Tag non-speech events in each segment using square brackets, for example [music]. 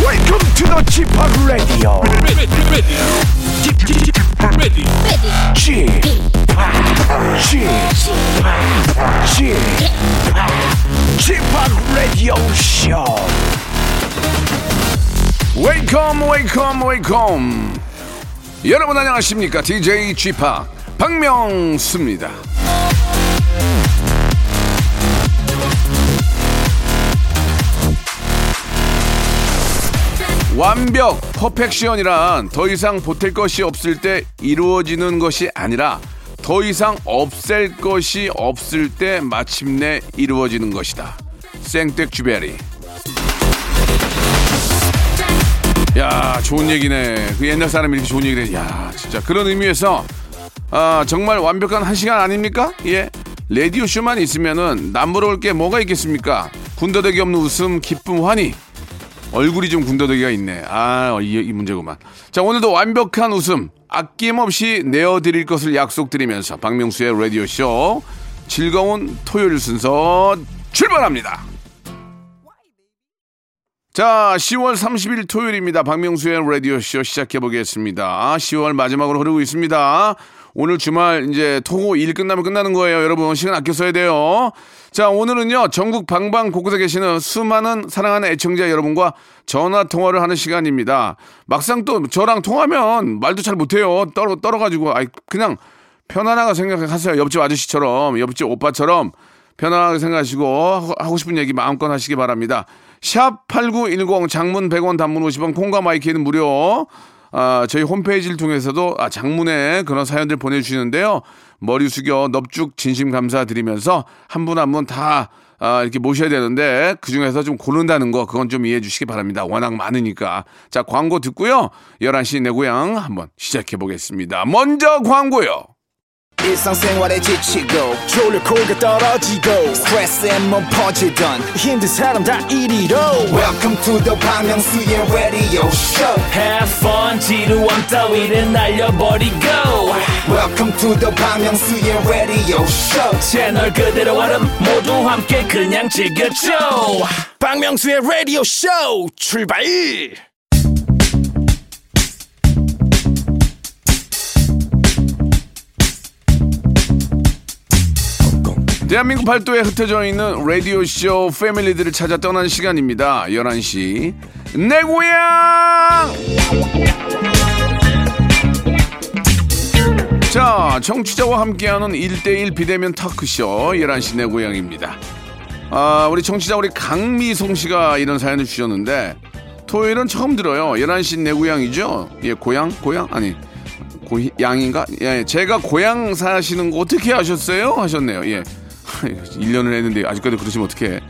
Welcome to the g p o p Radio. ready, ready, ready, ready. g p o p G p o p Radio Show. Welcome, welcome, welcome. 여러분 안녕하십니까? DJ g p o p 박명수입니다. 완벽, 퍼펙션이란 더 이상 보탤 것이 없을 때 이루어지는 것이 아니라 더 이상 없앨 것이 없을 때 마침내 이루어지는 것이다. 생텍 주베리. 야, 좋은 얘기네. 그 옛날 사람이 이렇게 좋은 얘기를 해. 야, 진짜. 그런 의미에서, 아, 정말 완벽한 한 시간 아닙니까? 예. 레디오쇼만 있으면은 남부러울 게 뭐가 있겠습니까? 군더더기 없는 웃음, 기쁨, 환희. 얼굴이 좀 군더더기가 있네. 아, 이, 이 문제구만. 자, 오늘도 완벽한 웃음 아낌없이 내어드릴 것을 약속드리면서 박명수의 라디오쇼 즐거운 토요일 순서 출발합니다. 자, 10월 30일 토요일입니다. 박명수의 라디오쇼 시작해보겠습니다. 10월 마지막으로 흐르고 있습니다. 오늘 주말 이제 토고 일 끝나면 끝나는 거예요. 여러분, 시간 아껴 써야 돼요. 자, 오늘은요, 전국 방방 곳곳에 계시는 수많은 사랑하는 애청자 여러분과 전화 통화를 하는 시간입니다. 막상 또 저랑 통하면 말도 잘 못해요. 떨어, 떨어가지고. 아이, 그냥 편안하게 생각하세요. 옆집 아저씨처럼, 옆집 오빠처럼 편안하게 생각하시고 하고- 하고 싶은 얘기 마음껏 하시기 바랍니다. 샵 8910 장문 100원 단문 50원 콩과 마이키는 무료. 아, 저희 홈페이지를 통해서도 아, 장문의 그런 사연들 보내주시는데요. 머리 숙여 넙죽 진심 감사드리면서 한 분 한 분 다 아, 이렇게 모셔야 되는데 그중에서 좀 고른다는 거 그건 좀 이해해 주시기 바랍니다. 워낙 많으니까. 자 광고 듣고요. 11시 내 고향 한번 시작해 보겠습니다. 먼저 광고요. 일상생활에 지치고, 졸려 코가 떨어지고, 스트레스에 몸 퍼지던, 힘든 사람 다 이리로. welcome to the Bang Myung-soo's radio show Have fun 지루함 따위를 날려버리고 welcome to the Bang Myung-soo's radio show 채널 그대로 얼음 모두 함께 그냥 즐겨줘 박명수의 라디오 쇼 출발! 대한민국 팔도에 흩어져 있는 라디오쇼 패밀리들을 찾아 떠난 시간입니다. 11시 내 고향! 자, 청취자와 함께하는 1대1 비대면 타크쇼 11시 내 고향입니다. 아, 우리 청취자 우리 강미송 씨가 이런 사연을 주셨는데 토요일은 처음 들어요. 11시 내 고향이죠? 예, 고향? 고향? 아니, 고, 양인가? 예, 제가 고향 사시는 거 어떻게 아셨어요? 하셨네요. 예. [laughs] 1년을 했는데 아직까지 그러시면 어떡해.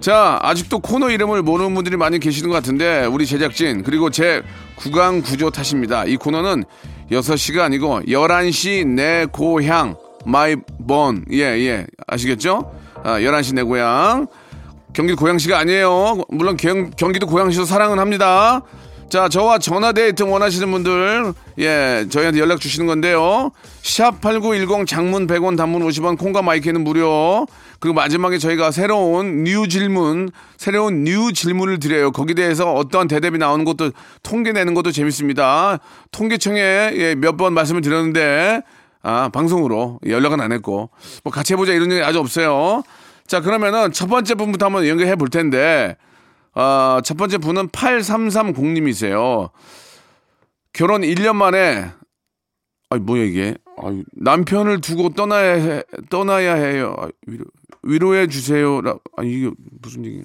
자, 아직도 코너 이름을 모르는 분들이 많이 계시는 것 같은데 우리 제작진 그리고 제 구강 구조 탓입니다. 이 코너는 6시가 아니고 11시 내 고향 마이 번. 예, 예. 아시겠죠? 아, 11시 내 고향. 경기도 고양시가 아니에요. 물론 경, 경기도 고양시도 사랑은 합니다. 자, 저와 전화 데이트 원하시는 분들, 예, 저희한테 연락 주시는 건데요. 샵8910 장문 100원 단문 50원 콩과 마이크는 무료. 그리고 마지막에 저희가 새로운 뉴 질문, 새로운 뉴 질문을 드려요. 거기에 대해서 어떠한 대답이 나오는 것도 통계 내는 것도 재밌습니다. 통계청에 예, 몇 번 말씀을 드렸는데, 아, 방송으로 연락은 안 했고, 뭐 같이 해보자 이런 얘기 아주 없어요. 자, 그러면은 첫 번째 분부터 한번 연결해 볼 텐데, 아, 첫 번째 분은 8330님이세요. 결혼 1년 만에, 아이, 뭐야, 이게. 아유, 남편을 두고 떠나야, 해, 떠나야 해요. 아, 위로, 위로해 주세요. 라, 아니, 이게 무슨 얘기.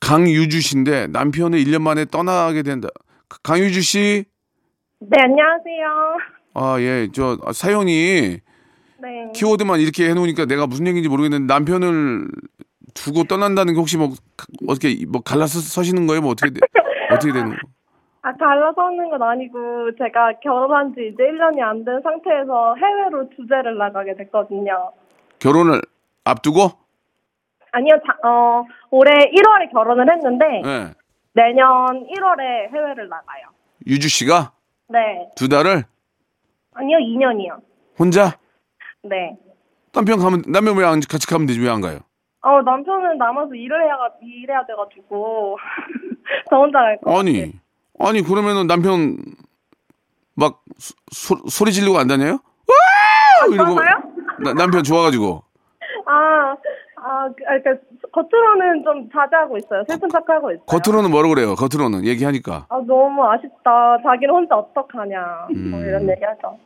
강유주 씨인데 남편을 1년 만에 떠나게 된다. 강유주 씨, 네, 안녕하세요. [laughs] 아, 예, 저, 아, 사연이 네. 키워드만 이렇게 해놓으니까 내가 무슨 얘기인지 모르겠는데 남편을 두고 떠난다는 게 혹시 뭐 가- 어떻게 뭐 갈라서 서시는 거예요? 뭐 어떻게 되- 어떻게 되는 거? 아, 갈라서는 건 아니고, 제가 결혼한 지 이제 1년이 안 된 상태에서 해외로 주제를 나가게 됐거든요. 결혼을 앞두고? 아니요, 자- 어, 올해 1월에 결혼을 했는데, 예. 내년 1월에 해외를 나가요. 유주 씨가 네. 두 달을 아니요, 2년이요. 혼자 네. 남편 가면 남편 왜 안 같이 가면 되지 왜 안 가요? 어, 남편은 남아서 일을 해야, 일해야 돼가지고. [laughs] 저 혼자 갈 거. 아니, 아니 그러면은 남편 막 소, 소- 소리 지르고 안 다녀요? 와! 이러고 좋아서요? 나- 남편 좋아가지고 아, 아, 그- 아, 그러니까 겉으로는 좀 자제하고 있어요. 슬픈 척하고 있어요. 겉으로는 뭐라 그래요? 겉으로는 얘기하니까 아, 너무 아쉽다. 자기는 혼자 어떡하냐. 음. 뭐 이런 얘기 하죠.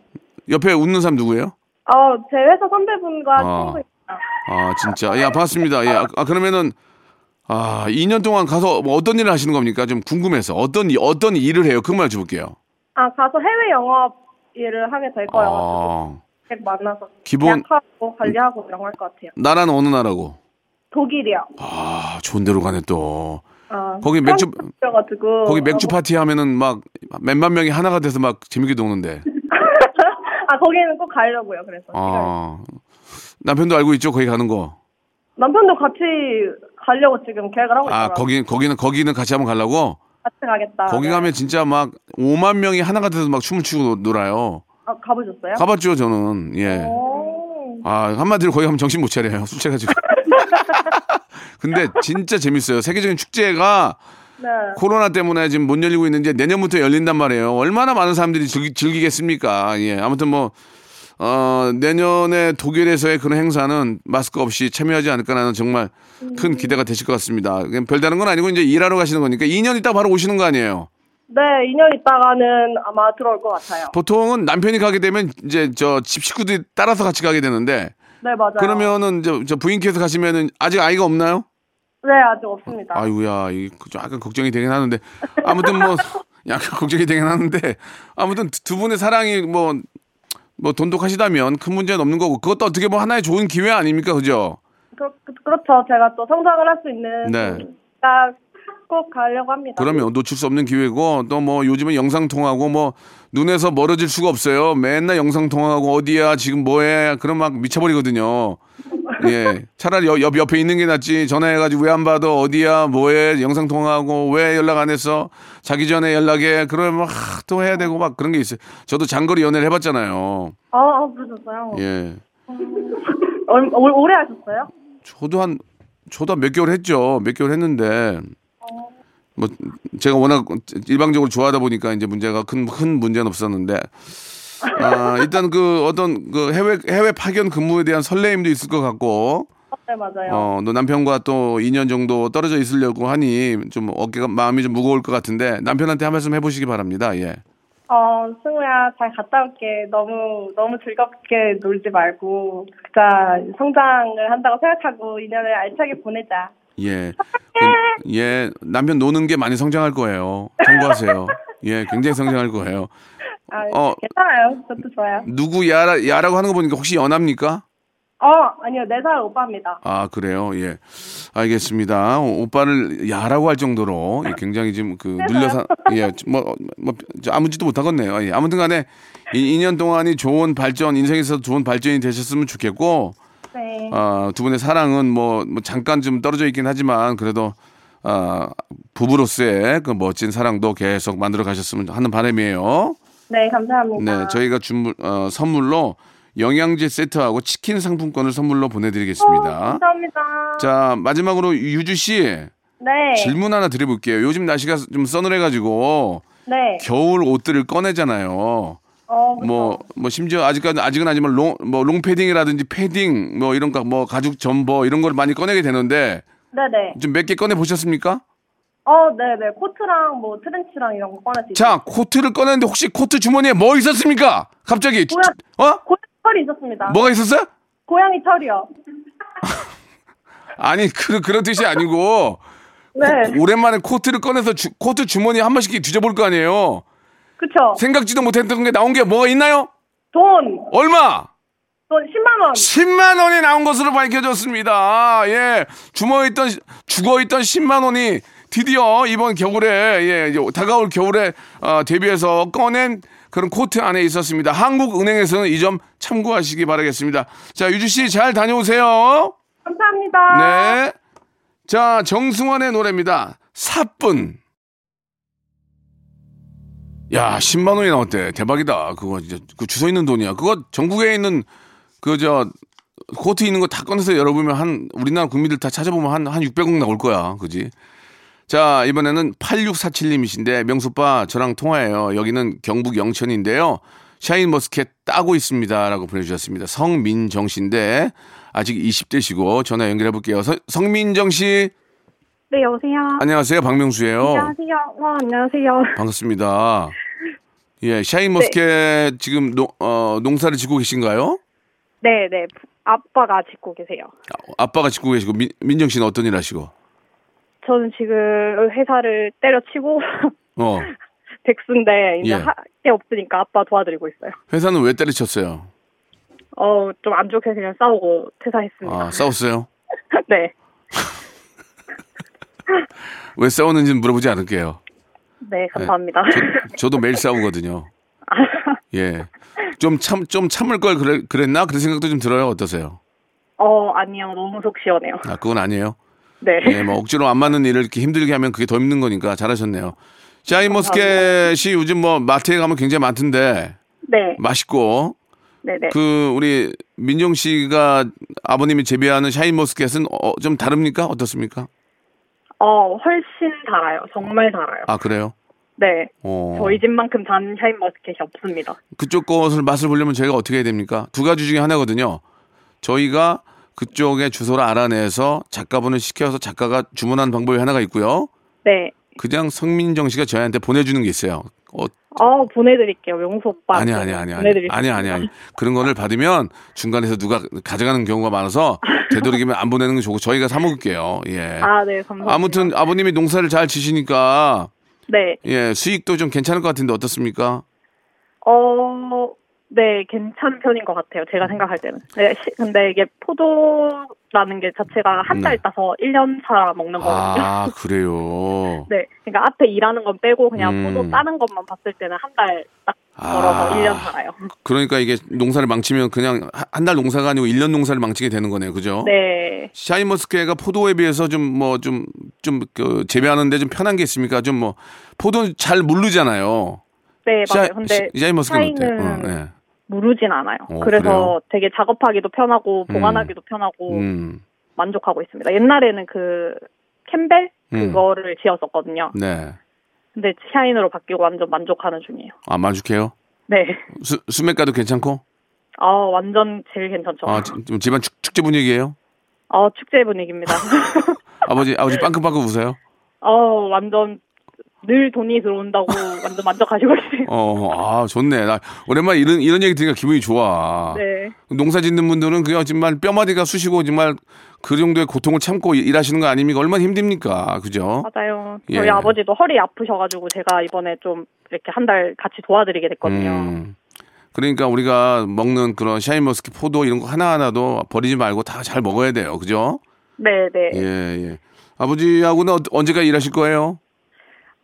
옆에 웃는 사람 누구예요? 아, 제 회사 선배분과 아. 친구입니다. 아 진짜 예 반갑습니다. 예, 아, 아, 그러면은 아 2년 동안 가서 뭐 어떤 일을 하시는 겁니까? 좀 궁금해서 어떤 일- 어떤 일을 해요? 그 말 좀 볼게요. 아, 가서 해외 영업 일을 하게 될 거예요. 아 계속 만나서 기본- 계약하고 관리하고 이런 거 할 것 같아요. 나라는 어느 나라고? 독일이요. 아 좋은 데로 가네 또. 아, 거기 맥주- 가지고 거기 맥주 파티 하면은 막 몇만 명이 하나가 돼서 막 재밌게 노는데. [laughs] 아, 거기는 꼭 가려고요. 그래서 아 남편도 알고 있죠 거기 가는 거. 남편도 같이 가려고 지금 계획을 하고 있어요. 아 거기 거기는 거기는 같이 한번 가려고. 같이 가겠다. 거기 네. 가면 진짜 막 5만 명이 하나가 돼서 막 춤을 추고 노- 놀아요. 아, 가보셨어요? 가봤죠 저는. 예. 오. 아 한마디로 거기 가면 정신 못 차려요 [laughs] 술 취해가지고. 근데 진짜 재밌어요. 세계적인 축제가 네. 코로나 때문에 지금 못 열리고 있는데 내년부터 열린단 말이에요. 얼마나 많은 사람들이 즐기, 겠습니까 예. 아무튼 뭐, 어, 내년에 독일에서의 그런 행사는 마스크 없이 참여하지 않을까라는 정말 음. 큰 기대가 되실 것 같습니다. 그냥 별다른 건 아니고 이제 일하러 가시는 거니까 2년 있다 바로 오시는 거 아니에요. 네, 2년 있다가는 아마 들어올 것 같아요. 보통은 남편이 가게 되면 이제 저 집 식구들이 따라서 같이 가게 되는데 네, 맞아요. 그러면은 저, 저 부인께서 가시면은 아직 아이가 없나요? 네, 아직 없습니다. 아이고야, 이게 그 좀 약간 걱정이 되긴 하는데 아무튼 [laughs] 뭐 약간 걱정이 되긴 하는데 아무튼 두- 두 분의 사랑이 뭐. 뭐 돈독하시다면 큰 문제는 없는 거고 그것도 어떻게 뭐 하나의 좋은 기회 아닙니까 그죠? 그렇, 그렇죠. 제가 또 성장을 할 수 있는 네. 기회가 꼭 가려고 합니다. 그러면 놓칠 수 없는 기회고 또 뭐 요즘은 영상 통하고 뭐 눈에서 멀어질 수가 없어요. 맨날 영상 통하고 어디야 지금 뭐해 그럼 막 미쳐버리거든요. 예, 차라리 옆, 옆 옆에 있는 게 낫지 전화해가지고 왜 안 받아 어디야 뭐해 영상 통하고 왜 연락 안 했어 자기 전에 연락해 그러면 막또 해야 되고 막 그런 게 있어요. 저도 장거리 연애를 해봤잖아요. 아, 아 그러셨어요? 예, 얼, 올, 오래 하셨어요? 저도 한 저도 한몇 개월 했죠. 몇 개월 했는데 뭐 제가 워낙 일방적으로 좋아하다 보니까 이제 문제가 큰 큰 문제는 없었는데 아, 일단 그 어떤 그 해외 해외 파견 근무에 대한 설레임도 있을 것 같고 네, 맞아요. 어, 너 남편과 또 2년 정도 떨어져 있으려고 하니 좀 어깨가 마음이 좀 무거울 것 같은데 남편한테 한 말씀 해보시기 바랍니다. 예. 어, 승우야, 잘 갔다 올게. 너무, 너무 즐겁게 놀지 말고, 각자 성장을 한다고 생각하고, 인연을 알차게 보내자. 예. 그, 예, 남편 노는 게 많이 성장할 거예요. 참고하세요. 예, 굉장히 성장할 거예요. 아, 어. 괜찮아요. 저도 좋아요. 누구 야라, 야라고 하는 거 보니까 혹시 연합니까? 어, 아니요, 네 살 오빠입니다. 아 그래요 예 알겠습니다 오- 오빠를 야라고 할 정도로 예, 굉장히 지금 그 눌려서 예뭐뭐 아무 짓도 못하겠네요 예, 아무튼간에 이 2년 동안이 좋은 발전 인생에서 좋은 발전이 되셨으면 좋겠고 네. 아, 두 분의 사랑은 뭐, 뭐 잠깐 좀 떨어져 있긴 하지만 그래도 아, 부부로서의 그 멋진 사랑도 계속 만들어 가셨으면 하는 바람이에요 네, 감사합니다. 네 저희가 준물 어, 선물로 영양제 세트하고 치킨 상품권을 선물로 어, 보내드리겠습니다. 감사합니다. 자 마지막으로 유주 씨 네. 질문 하나 드려볼게요. 요즘 날씨가 좀 서늘해가지고 네. 겨울 옷들을 꺼내잖아요. 어, 그쵸. 뭐, 뭐, 심지어 아직까지, 아직은 아니지만 롱, 뭐, 롱패딩이라든지 패딩, 뭐, 이런 거, 뭐, 가죽 점퍼, 이런 걸 많이 꺼내게 되는데, 네네. 좀 몇 개 꺼내 보셨습니까? 어, 네네. 코트랑 뭐 트렌치랑 이런 거 꺼낼 수 있어요. 자, 코트를 꺼냈는데 혹시 코트 주머니에 뭐 있었습니까? 갑자기. 뭐야? 어? 고양이 털이 있었습니다. 뭐가 있었어요? 고양이 털이요. 아니, 그, 그런 뜻이 아니고, 네. 오랜만에 코트를 꺼내서 주- 코트 주머니 한 번씩 뒤져볼 거 아니에요? 그쵸. 생각지도 못했던 게 나온 게 뭐가 있나요? 돈. 어? 얼마? 돈 10만원. 10만 원이 나온 것으로 밝혀졌습니다. 아, 예. 주머니 있던 죽어 있던 10만 원이 드디어 이번 겨울에 예, 이제 다가올 겨울에 어, 대비해서 꺼낸 그런 코트 안에 있었습니다. 한국은행에서는 이 점 참고하시기 바라겠습니다. 자, 유주 씨 잘 다녀오세요. 감사합니다. 네. 자, 정승환의 노래입니다. 사뿐. 야, 10만 원이 나왔대. 대박이다. 그거 진짜 그 주소 있는 돈이야. 그거 전국에 있는 그 저 코트 있는 거 다 꺼내서 열어보면 한 우리나라 국민들 다 찾아보면 한 한 600억 나올 거야. 그지? 자, 이번에는 8647님이신데, 명수빠, 저랑 통화해요. 여기는 경북 영천인데요. 샤인머스켓 따고 있습니다. 라고 보내주셨습니다. 성민정 씨인데, 아직 20대시고, 전화 연결해볼게요. 서- 성민정 씨, 네, 여보세요. 안녕하세요. 박명수예요 안녕하세요. 와, 안녕하세요. [laughs] 반갑습니다. 예, 샤인머스켓 지금 농, 어, 농사를 짓고 계신가요? 네, 네. 아빠가 짓고 계세요. 아, 아빠가 짓고 계시고 민, 민정 씨는 어떤 일 하시고? 저는 지금 회사를 때려치고 [laughs] 어, 백수인데 이제 예. 할 게 없으니까 아빠 도와드리고 있어요. 회사는 왜 때려쳤어요? 어, 좀 안 좋게 그냥 싸우고 퇴사했습니다. 아, 싸웠어요? [laughs] 네. 왜 싸웠는지는 물어보지 않을게요. 네, 감사합니다. 저도 매일 싸우거든요. 예. 좀 참, 좀 참을 걸 그래, 그랬나? 그런 생각도 좀 들어요. 어떠세요? [laughs] 어, 아니요. 너무 속 시원해요. 아, 그건 아니에요. 네. 예, 뭐 억지로 안 맞는 일을 이렇게 힘들게 하면 그게 더 힘든 거니까 잘하셨네요. 뭐 샤인머스켓이 요즘 뭐 마트에 가면 굉장히 많던데 네. 맛있고 네네. 그 우리 민정 씨가 아버님이 재배하는 샤인머스켓은 어, 좀 다릅니까? 어떻습니까? 어, 훨씬 달아요. 정말 달아요. 아 그래요? 네. 어. 저희 집만큼 단 샤인 머스켓이 없습니다. 그쪽 것을 맛을 보려면 저희가 어떻게 해야 됩니까? 두 가지 중에 하나거든요. 저희가 그쪽의 주소를 알아내서 작가분을 시켜서 작가가 주문한 방법이 하나가 있고요. 네. 그냥 성민정 씨가 저희한테 보내주는 게 있어요. 어, 어, 보내드릴게요. 명수 오빠. 아니 아니 아니 아니 네. 보내드릴게요. 아니 아니 아니 그런 거를 받으면 중간에서 누가 가져가는 경우가 많아서 되도록이면 안 보내는 게 좋고 저희가 사 먹을게요. 예. 아, 네. 감사합니다. 아무튼 아버님이 농사를 잘 지시니까 네. 예 수익도 좀 괜찮을 것 같은데 어떻습니까? 어, 네. 괜찮은 편인 것 같아요. 제가 생각할 때는. 네. 시- 근데 이게 포도라는 게 자체가 한 달 네. 따서 1년 차 먹는 거거든요. 아 그래요. 네. 그러니까 앞에 일하는 건 빼고 그냥 음. 포도 따는 것만 봤을 때는 한 달 딱 아. 걸어서 1년 살아요. 그러니까 이게 농사를 망치면 그냥 한 달 농사가 아니고 일 년 농사를 망치게 되는 거네요. 그죠? 네. 샤인머스케가 포도에 비해서 좀 뭐 좀 좀그 재배하는데 좀 편한 게 있습니까? 좀 뭐 포도는 잘 물르잖아요. 네, 맞아요. 샤- 근데 샤- 샤인머스케는 어때? 샤인은 어, 예. 무르진 않아요. 어, 그래서 그래요? 되게 작업하기도 편하고 음. 보관하기도 편하고 음. 만족하고 있습니다. 옛날에는 그 캠벨 음. 그거를 지었었거든요. 네. 근데 샤인으로 바뀌고 완전 만족하는 중이에요. 아 만족해요? 네. 수, 수맥가도 괜찮고? 아, 완전 제일 괜찮죠. 아 아, 지- 좀 집안 축, 축제 분위기예요? 축제 분위기입니다. [laughs] 아버지 아버지 빵긋빵긋 웃어요? 어, 완전 늘 돈이 들어온다고 완전 만족하시고 계세요. 어, 아 좋네. 나 오랜만에 이런 이런 얘기 들으니까 기분이 좋아. 네. 농사 짓는 분들은 그냥 정말 뼈마디가 쑤시고 정말 그 정도의 고통을 참고 일- 일하시는 거 아닙니까? 얼마나 힘듭니까? 그죠? 맞아요. 예. 저희 아버지도 허리 아프셔가지고 제가 이번에 좀 이렇게 한 달 같이 도와드리게 됐거든요. 음. 그러니까 우리가 먹는 그런 샤인머스키 포도 이런 거 하나하나도 버리지 말고 다 잘 먹어야 돼요. 그죠? 네, 네. 예, 예. 아버지하고는 어- 언제까지 일하실 거예요?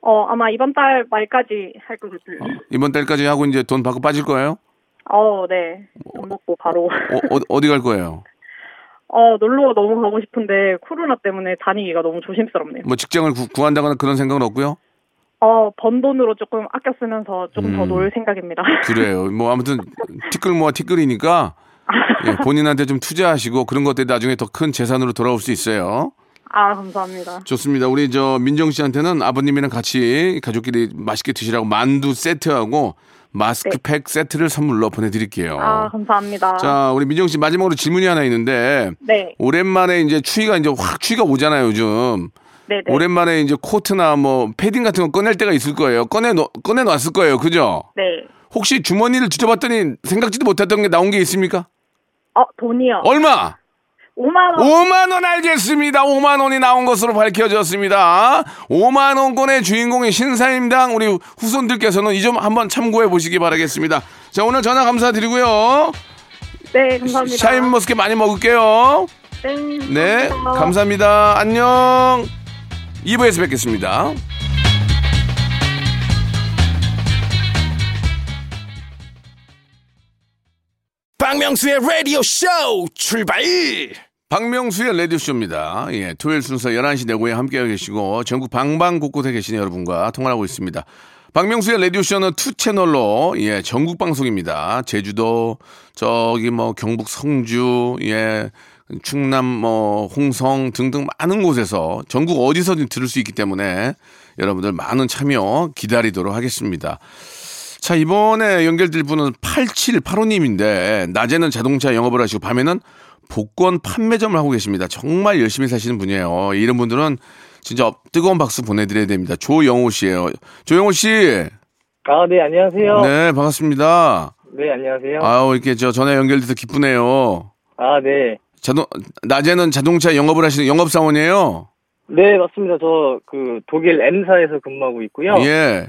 어, 아마 이번 달 말까지 할 것 같아요. 이번 달까지 하고 이제 돈 받고 빠질 거예요? 어, 네. 밥 먹고 바로. 어, 어, 어디 갈 거예요? 어, 놀러 너무 가고 싶은데 코로나 때문에 다니기가 너무 조심스럽네요. 뭐 직장을 구, 구한다거나 그런 생각은 없고요? 어, 번 돈으로 조금 아껴 쓰면서 조금 음. 더 놀 생각입니다. [laughs] 그래요. 뭐 아무튼 티끌 모아 티끌이니까 예, 본인한테 좀 투자하시고 그런 것들이 나중에 더 큰 재산으로 돌아올 수 있어요. 아, 감사합니다. 좋습니다. 우리 저 민정 씨한테는 아버님이랑 같이 가족끼리 맛있게 드시라고 만두 세트하고 마스크팩 세트를 선물로 보내드릴게요. 네. 아, 감사합니다. 어. 자, 우리 민정 씨 마지막으로 질문이 하나 있는데 네. 오랜만에 이제 추위가 이제 확 추위가 오잖아요 요즘. 네, 네. 오랜만에 이제 코트나 뭐 패딩 같은 거 꺼낼 때가 있을 거예요. 꺼내 놓- 꺼내 놨을 거예요. 그죠? 네. 혹시 주머니를 뒤져봤더니 생각지도 못했던 게 나온 게 있습니까? 어, 돈이요. 얼마? 5만 원. 5만 원 알겠습니다. 5만 원이 나온 것으로 밝혀졌습니다. 5만 원권의 주인공이 신사임당 우리 후손들께서는 이 점 한번 참고해 보시기 바라겠습니다. 자 오늘 전화 감사드리고요. 네, 감사합니다. 샤인머스켓 많이 먹을게요. 네 감사합니다. 안녕. 2부에서 뵙겠습니다. 박명수의 라디오 쇼 출발! 박명수의 레디쇼입니다. 예, 토요일 순서 11시 내고에 함께하고 계시고 전국 방방 곳곳에 계신 여러분과 통화하고 있습니다. 박명수의 레디쇼는 투 채널로 예, 전국 방송입니다. 제주도 저기 뭐 경북 성주 예 충남 뭐 홍성 등등 많은 곳에서 전국 어디서든 들을 수 있기 때문에 여러분들 많은 참여 기다리도록 하겠습니다. 자, 이번에 연결될 분은 8785님인데, 낮에는 자동차 영업을 하시고, 밤에는 복권 판매점을 하고 계십니다. 정말 열심히 사시는 분이에요. 이런 분들은 진짜 업- 뜨거운 박수 보내드려야 됩니다. 조영호 씨예요 조영호 씨. 아, 네, 안녕하세요. 네, 네, 반갑습니다. 안녕하세요. 아, 아우, 이렇게 저 전화 연결돼서 기쁘네요. 네. 자동, 낮에는 자동차 영업을 하시는 영업사원이에요. 네, 맞습니다. 저, 그, 독일 M사에서 근무하고 있고요. 예.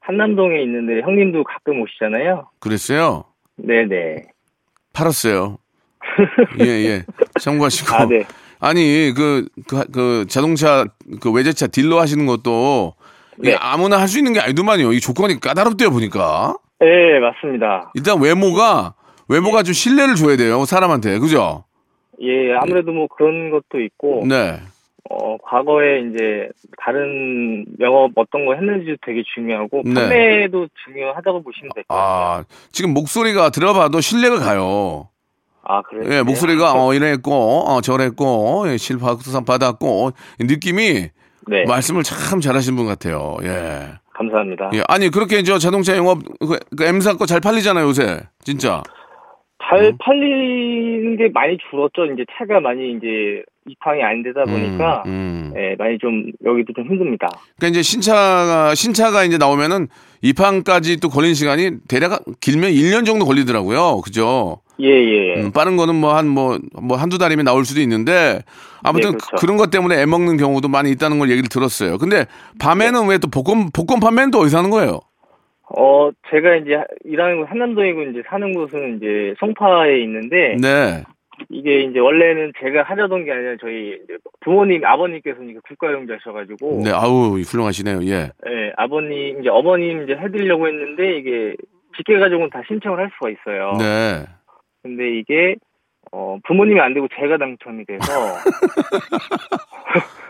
한남동에 있는데, 형님도 가끔 오시잖아요. 그랬어요. 네네. [laughs] 팔았어요. 예, 예. 참고하시고. 아, 네. 아니 그 그 자동차 그 외제차 딜러 하시는 것도 이게 네. 아무나 할 수 있는 게 아니더만요. 이 조건이 까다롭대요 보니까 네, 맞습니다. 일단 외모가 외모가 좀 신뢰를 줘야 돼요 사람한테 그죠? 예, 아무래도 뭐 그런 것도 있고, 네. 어, 과거에 이제, 다른 영업 어떤 거 했는지도 되게 중요하고, 네. 판매도 중요하다고 보시면 될 것아 같아요. 지금 목소리가 들어봐도 신뢰가 가요. 아, 그래요? 예 목소리가 어 이랬고 어 저랬고 예, 실박수상 받았고 이 느낌이 네, 말씀을 참 잘하신 분 같아요. 예. 감사합니다. 예 아니 그렇게 저 자동차 영업 그, 그 M사 거 잘 팔리잖아요 요새 진짜. 잘 음. 팔리는 게 많이 줄었죠. 이제 차가 많이 이제 입항이 안 되다 보니까 음, 음. 예, 많이 좀 여기도 좀 힘듭니다. 그러니까 이제 신차가 신차가 이제 나오면은 입항까지 또 걸린 시간이 대략 길면 1년 정도 걸리더라고요. 그죠? 예, 예. 음, 빠른 거는 뭐 한 뭐 뭐 한두 달이면 나올 수도 있는데 아무튼 네, 그렇죠. 그- 그런 것 때문에 애 먹는 경우도 많이 있다는 걸 얘기를 들었어요. 근데 밤에는 왜 또 복권 복권 판매는 또 어디서 하는 거예요? 어, 제가 이제 일하는 곳 한남동이고 이제 사는 곳은 이제 송파에 있는데 네. 이게 이제 원래는 제가 하려던 게 아니라 저희 이제 부모님 아버님께서 이제 국가용자셔가지고 네. 아우, 훌륭하시네요. 예. 예, 아버님 이제 어머님 이제 해드리려고 했는데 이게 직계 가족은 다 신청을 할 수가 있어요. 네. 근데 이게 어, 부모님이 안 되고 제가 당첨이 [laughs] 돼서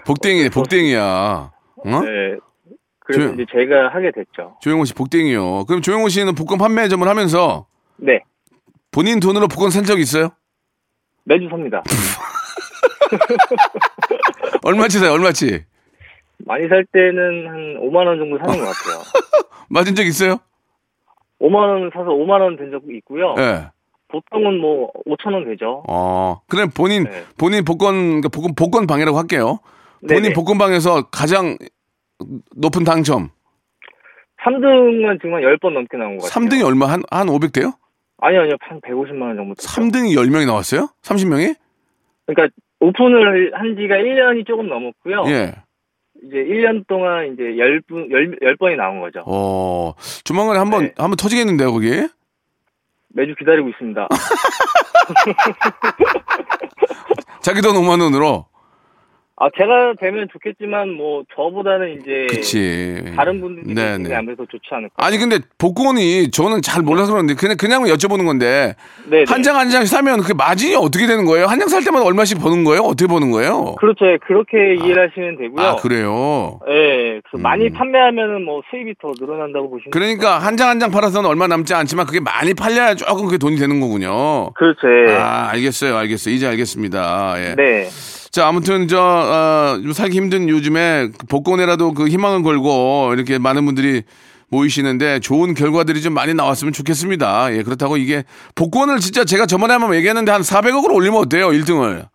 복댕이 복댕이야. 어? 네. 그래서 조용- 이제 제가 하게 됐죠. 조영호 씨 복댕이요. 그럼 조영호 씨는 복권 판매점을 하면서 네. 본인 돈으로 복권 산 적 있어요? 매주 삽니다. 얼마치 사요? 얼마치? 많이 살 때는 한 5만원 정도 사는 것 [laughs] 같아요. 맞은 적 있어요? 5만원 사서 5만원 된 적도 있고요. 예. 보통은 뭐 5천원 되죠. 어. 그래 본인 네. 본인 복권 그러니까 복권 복권 방이라고 할게요. 본인 네네. 복권 방에서 가장 높은 당첨. 3등은 지금 한 10번 넘게 나온 것 같아요. 3등이 얼마 한 한 500대요? 아니요, 아니요. 한 150만원 정도. 됐죠. 3등이 10명이 나왔어요? 30명이? 그러니까 오픈을 한 지가 1년이 조금 넘었고요. 예. 이제 1년 동안 이제 10분, 10, 번이 나온 거죠. 어. 조만간에 한번 네. 한번 터지겠는데요, 거기. 매주 기다리고 있습니다. [laughs] 자기 돈 5만 원으로. 아, 제가 되면 좋겠지만 뭐 저보다는 이제 그치. 네. 다른 분들이 네, 네. 아무래도 좋지 않을까. 아니 근데 복권이 저는 잘 몰라서 그러는데 그냥 그냥 여쭤보는 건데 네네. 한 장 한 장 사면 그 마진이 어떻게 되는 거예요? 한 장 살 때마다 얼마씩 버는 거예요? 어떻게 버는 거예요? 그렇죠. 예, 그렇게 이해를 하시면 되고요. 아 그래요. 예, 그래서 음. 많이 판매하면은 뭐 수입이 더 늘어난다고 보시면. 그러니까 한 장 한 장 팔아서는 얼마 남지 않지만 그게 많이 팔려야 조금 그게 돈이 되는 거군요. 그렇죠. 예. 아 알겠어요, 알겠어요. 이제 알겠습니다. 예. 네, 자 아무튼 저 어, 요 살기 힘든 요즘에 그 복권에라도 그 희망을 걸고 이렇게 많은 분들이 모이시는데 좋은 결과들이 좀 많이 나왔으면 좋겠습니다. 예 그렇다고 이게 복권을 진짜 제가 저번에 한번 얘기했는데 한 400억으로 올리면 어때요? 1등을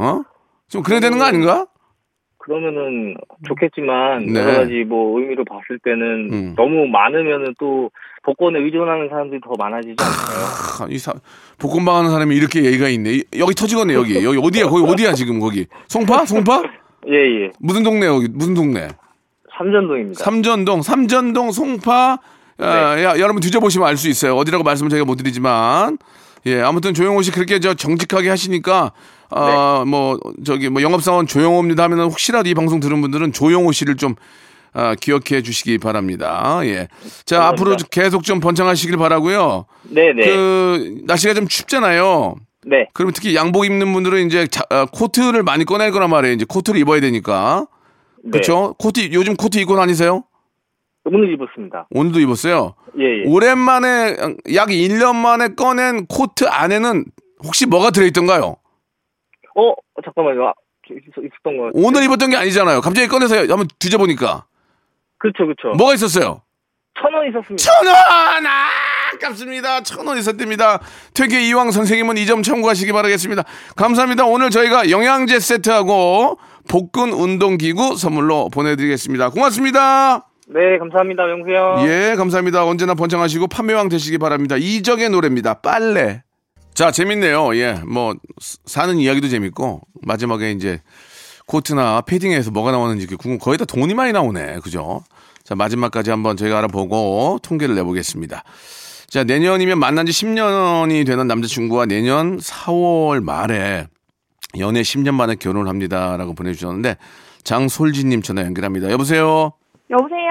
어? 좀 그래야 되는 거 아닌가? 그러면은 좋겠지만 네. 여러 가지 뭐 의미로 봤을 때는 음. 너무 많으면은 또 복권에 의존하는 사람들이 더 많아지지 않나요? 캬, 이 사, 복권방 하는 사람이 이렇게 예의가 있네. 이- 여기 터지겠네 여기. 여기 어디야? 거기 어디야 지금 거기? 송파? 송파? 예, 예. 무슨 동네 여기? 무슨 동네? 삼전동입니다. 삼전동, 삼전동 송파. 아, 네. 야, 여러분 뒤져보시면 알 수 있어요. 어디라고 말씀을 저희가 못 드리지만. 예, 아무튼 조영호 씨 그렇게 저 정직하게 하시니까, 아, 네. 뭐, 저기, 뭐, 영업사원 조영호입니다 하면 혹시라도 이 방송 들은 분들은 조영호 씨를 좀, 아, 기억해 주시기 바랍니다. 예. 자, 감사합니다. 앞으로 계속 좀 번창하시길 바라고요 네, 네, 그, 날씨가 좀 춥잖아요. 네, 그러면 특히 양복 입는 분들은 이제 자- 아, 코트를 많이 꺼낼 거란 말이에요. 이제 코트를 입어야 되니까. 네. 그렇죠 코트, 요즘 코트 입고 다니세요? 오늘 입었습니다. 오늘도 입었어요. 예, 예. 오랜만에 약 1년 만에 꺼낸 코트 안에는 혹시 뭐가 들어있던가요? 어 잠깐만요. 아, 저 있- 있었던 거. 오늘 입었던 게 아니잖아요. 갑자기 꺼내서 한번 뒤져보니까 그렇죠, 그렇죠. 뭐가 있었어요? 천 원 있었습니다. 천 원! 아, 아깝습니다. 천 원 있었답니다. 퇴계 이왕 선생님은 이 점 참고하시기 바라겠습니다. 감사합니다. 오늘 저희가 영양제 세트하고 복근 운동기구 선물로 보내드리겠습니다. 고맙습니다. 네, 감사합니다, 명수 형. 예, 감사합니다. 언제나 번창하시고 판매왕 되시기 바랍니다. 이적의 노래입니다. 빨래. 자, 재밌네요. 예, 뭐 스- 사는 이야기도 재밌고 마지막에 이제 코트나 패딩에서 뭐가 나오는지 이렇게 궁금. 거의 다 돈이 많이 나오네, 그죠? 자, 마지막까지 한번 저희가 알아보고 통계를 내보겠습니다. 자, 내년이면 만난 지 10년이 되는 남자친구와 내년 4월 말에 연애 10년 만에 결혼을 합니다라고 보내주셨는데 장솔지님 전화 연결합니다. 여보세요, 여보세요.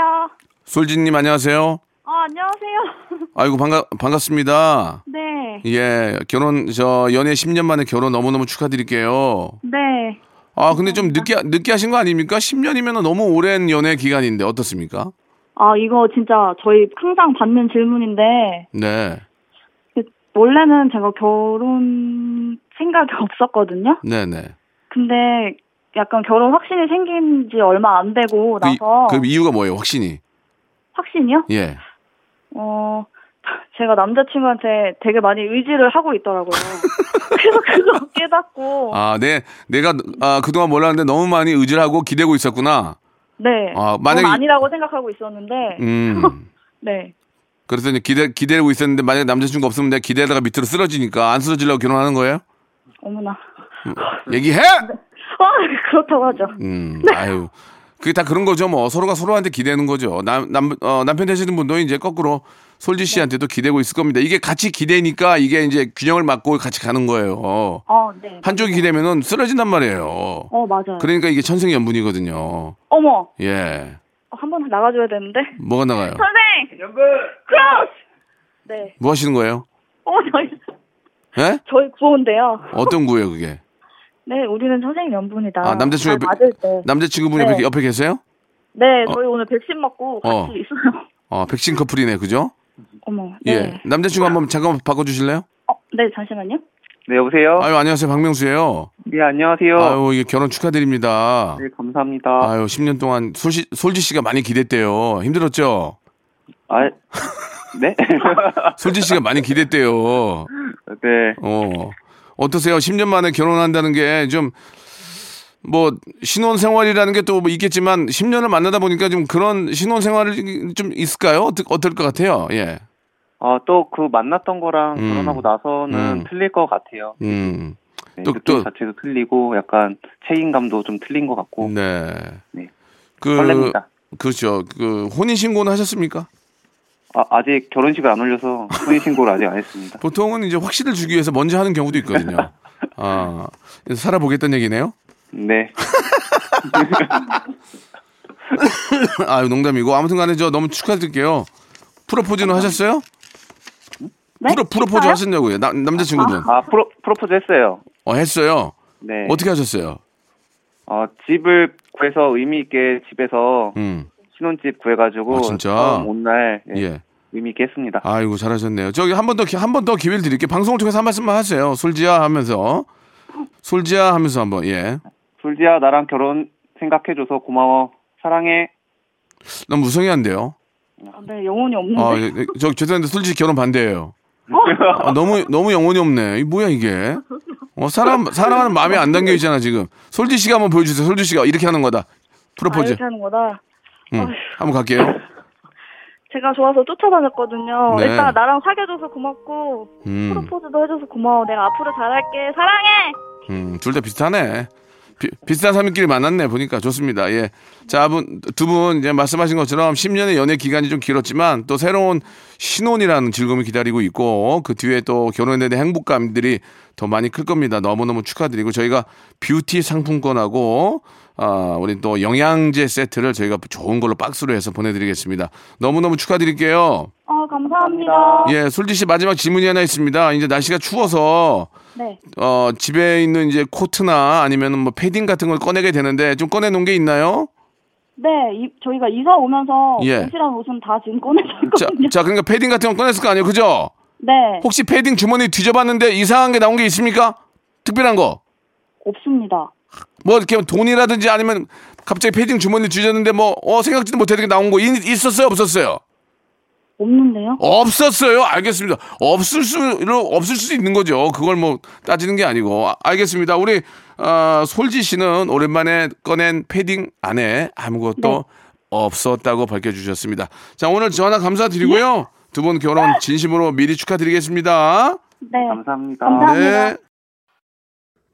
솔지님 안녕하세요. 어, 안녕하세요. [laughs] 아이고 반가 반갑습니다. 네. 예, 결혼 저 연애 10년 만에 결혼 너무너무 축하드릴게요. 네. 아, 근데 좀 늦게 늦게 하신 거 아닙니까? 10년이면 너무 오랜 연애 기간인데 어떻습니까? 아, 이거 진짜 저희 항상 받는 질문인데, 네. 원래는 제가 결혼 생각이 [laughs] 없었거든요. 네, 네. 근데 약간 결혼 확신이 생긴 지 얼마 안 되고 그, 이- 나서 그 이유가 뭐예요? 확신이. 확신이요? 예. 어, 제가 남자친구한테 되게 많이 의지를 하고 있더라고요. 그래서 그거 [laughs] 깨닫고, 아, 내 내가 아, 그동안 몰랐는데 너무 많이 의지하고 기대고 있었구나. 네. 아, 만 만약에 아니라고 생각하고 있었는데, 음. 네. 그래서 이제 기대 기대고 있었는데 만약에 남자친구 가 없으면 내가 기대다가 밑으로 쓰러지니까 안 쓰러지려고 결혼하는 거예요? 어머나. [laughs] 얘기해. 아, 그렇다고 하죠. 음, 아유. 그게 다 그런 거죠. 뭐 서로가 서로한테 기대는 거죠. 남, 남, 어, 남편 되시는 분도 이제 거꾸로 솔지 씨한테도 기대고 있을 겁니다. 이게 같이 기대니까 이게 이제 균형을 맞고 같이 가는 거예요. 어, 네. 한쪽이 기대면은 쓰러진단 말이에요. 어, 맞아요. 그러니까 이게 천생연분이거든요. 어머, 예. 한 번 나가줘야 되는데. [laughs] 뭐가 나가요? 선생! 연극! 크로스! 네. 뭐 하시는 거예요? 어, 저희, 예? 저희 구호인데요. 어떤 구예요, 그게? 네, 우리는 선생님 연분이다. 아, 남자친구 잘 맞을 때. 남자친구분이 네. 옆에, 옆에 계세요? 네, 저희 오늘 백신 맞고 같이 어. 있어요. [laughs] 어, 백신 커플이네, 그죠? 어머, 네. 예. 남자친구 한번 잠깐만 바꿔주실래요? 어, 네, 잠시만요. 네, 여보세요. 아유, 안녕하세요. 박명수예요 네, 안녕하세요. 아유, 이게 결혼 축하드립니다. 네, 감사합니다. 아유, 10년 동안 솔지, 솔지 씨가 많이 기댔대요. 힘들었죠? 아, 네? [laughs] 솔지 씨가 많이 기댔대요. 네. 어. 어떠세요? 10년 만에 결혼한다는 게 좀, 뭐, 신혼 생활이라는 게 또뭐 있겠지만, 10년을 만나다 보니까 좀 그런 신혼 생활이 좀 있을까요? 어떨, 어떨 것 같아요? 예. 아, 또 그 만났던 거랑 음. 결혼하고 나서는 음. 틀릴 것 같아요. 음. 네, 또- 또, 또- 자체도 틀리고 약간 책임감도 좀 틀린 것 같고 네. 네. 그, 설렙니다. 그렇죠. 그, 혼인신고는 하셨습니까? 아, 아직 결혼식을 안 올려서 혼인 신고를 아직 안 했습니다. 보통은 이제 확신을 주기 위해서 먼저 하는 경우도 [laughs] 있거든요. 아, 살아보겠다는 얘기네요? 네, [laughs] 아유 농담이고 아무튼간에 저 너무 축하드릴게요. 프로포즈는 하셨어요? 아, 네? 프로 프로포즈 했어요? 하셨냐고요? 남 남자친구분 아 프로 프로포즈 했어요. 어 했어요. 네, 어떻게 하셨어요? 어, 집을 구해서 의미 있게 집에서 음, 신혼집 구해가지고 아, 진짜? 처음 온날 네. 예, 예. 의미 있게 했습니다. 아이고 잘하셨네요. 저기 한 번 더 한 번 더 기회를 드릴게요. 방송을 통해서 한 말씀만 하세요. 솔지야 하면서 솔지야 하면서 한번 예. 솔지야 나랑 결혼 생각해줘서 고마워 사랑해. 난 무성의한데요. 아, 네, 어. 영혼이 없는데. 아, 예, 예. 저 죄송한데 솔직히 결혼 반대예요. 아, 너무 너무 영혼이 없네. 이 뭐야 이게? 어, 사람 사랑하는 마음에 안 담겨 있잖아 지금. 솔지 씨가 한번 보여주세요. 솔지 씨가 이렇게 하는 거다. 아, 프로포즈. 이렇게 하는 거다. 음, 한번 갈게요. 제가 좋아서 쫓아다녔거든요. 네. 일단 나랑 사귀어줘서 고맙고 음, 프로포즈도 해줘서 고마워. 내가 앞으로 잘할게. 사랑해. 음, 둘 다 비슷하네. 비, 비슷한 사람끼리 만났네 보니까 좋습니다. 예, 자두분 이제 말씀하신 것처럼 10년의 연애 기간이 좀 길었지만 또 새로운 신혼이라는 즐거움이 기다리고 있고 그 뒤에 또 결혼에 대한 행복감들이 더 많이 클 겁니다. 너무 너무 축하드리고 저희가 뷰티 상품권하고 아 우리 또 영양제 세트를 저희가 좋은 걸로 박스로 해서 보내드리겠습니다. 너무 너무 축하드릴게요. 어, 감사합니다. 예, 솔지 씨 마지막 질문이 하나 있습니다. 이제 날씨가 추워서 네. 어, 집에 있는 이제 코트나 아니면 뭐 패딩 같은 걸 꺼내게 되는데 좀 꺼내 놓은 게 있나요? 네, 이, 저희가 이사 오면서 예. 옷이랑 옷은 다 지금 자, 꺼내놨거든요. 자, 그러니까 패딩 같은 건 꺼냈을 거 아니에요, 그죠? 네. 혹시 패딩 주머니 뒤져봤는데 이상한 게 나온 게 있습니까? 특별한 거? 없습니다. 뭐 이렇게 돈이라든지 아니면 갑자기 패딩 주머니 주셨는데 뭐 어 생각지도 못했던 게 나온 거 있- 있었어요 없었어요? 없는데요? 없었어요. 알겠습니다. 없을 수 없을 수 있는 거죠. 그걸 뭐 따지는 게 아니고 아, 알겠습니다. 우리 아, 솔지 씨는 오랜만에 꺼낸 패딩 안에 아무것도 네. 없었다고 밝혀주셨습니다. 자 오늘 전화 감사드리고요. 두 분 결혼 진심으로 미리 축하드리겠습니다. 네. 네. 감사합니다. 감사합니다.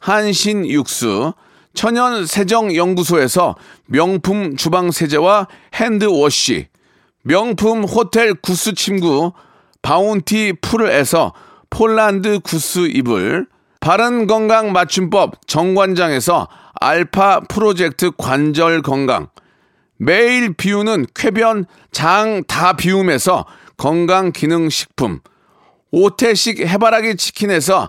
한신 육수 천연 세정 연구소에서 명품 주방 세제와 핸드워시 명품 호텔 구스 침구 바운티 풀에서 폴란드 구스 이불 바른 건강 맞춤법 정관장에서 알파 프로젝트 관절 건강 매일 비우는 쾌변 장 다 비움에서 건강 기능 식품 오태식 해바라기 치킨에서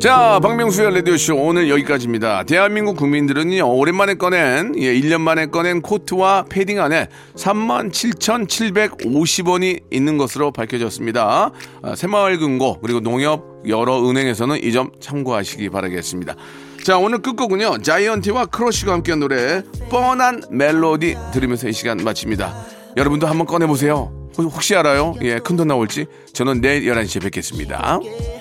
자, 박명수의 라디오쇼 오늘 여기까지입니다. 대한민국 국민들은요, 오랜만에 꺼낸, 예, 1년 만에 꺼낸 코트와 패딩 안에 37,750원이 있는 것으로 밝혀졌습니다. 아, 새마을금고, 그리고 농협 여러 은행에서는 이 점 참고하시기 바라겠습니다. 자, 오늘 끝곡은요, 자이언티와 크러쉬가 함께한 노래, 뻔한 멜로디 들으면서 이 시간 마칩니다. 여러분도 한번 꺼내보세요. 혹- 혹시 알아요? 예, 큰 돈 나올지. 저는 내일 11시에 뵙겠습니다. 함께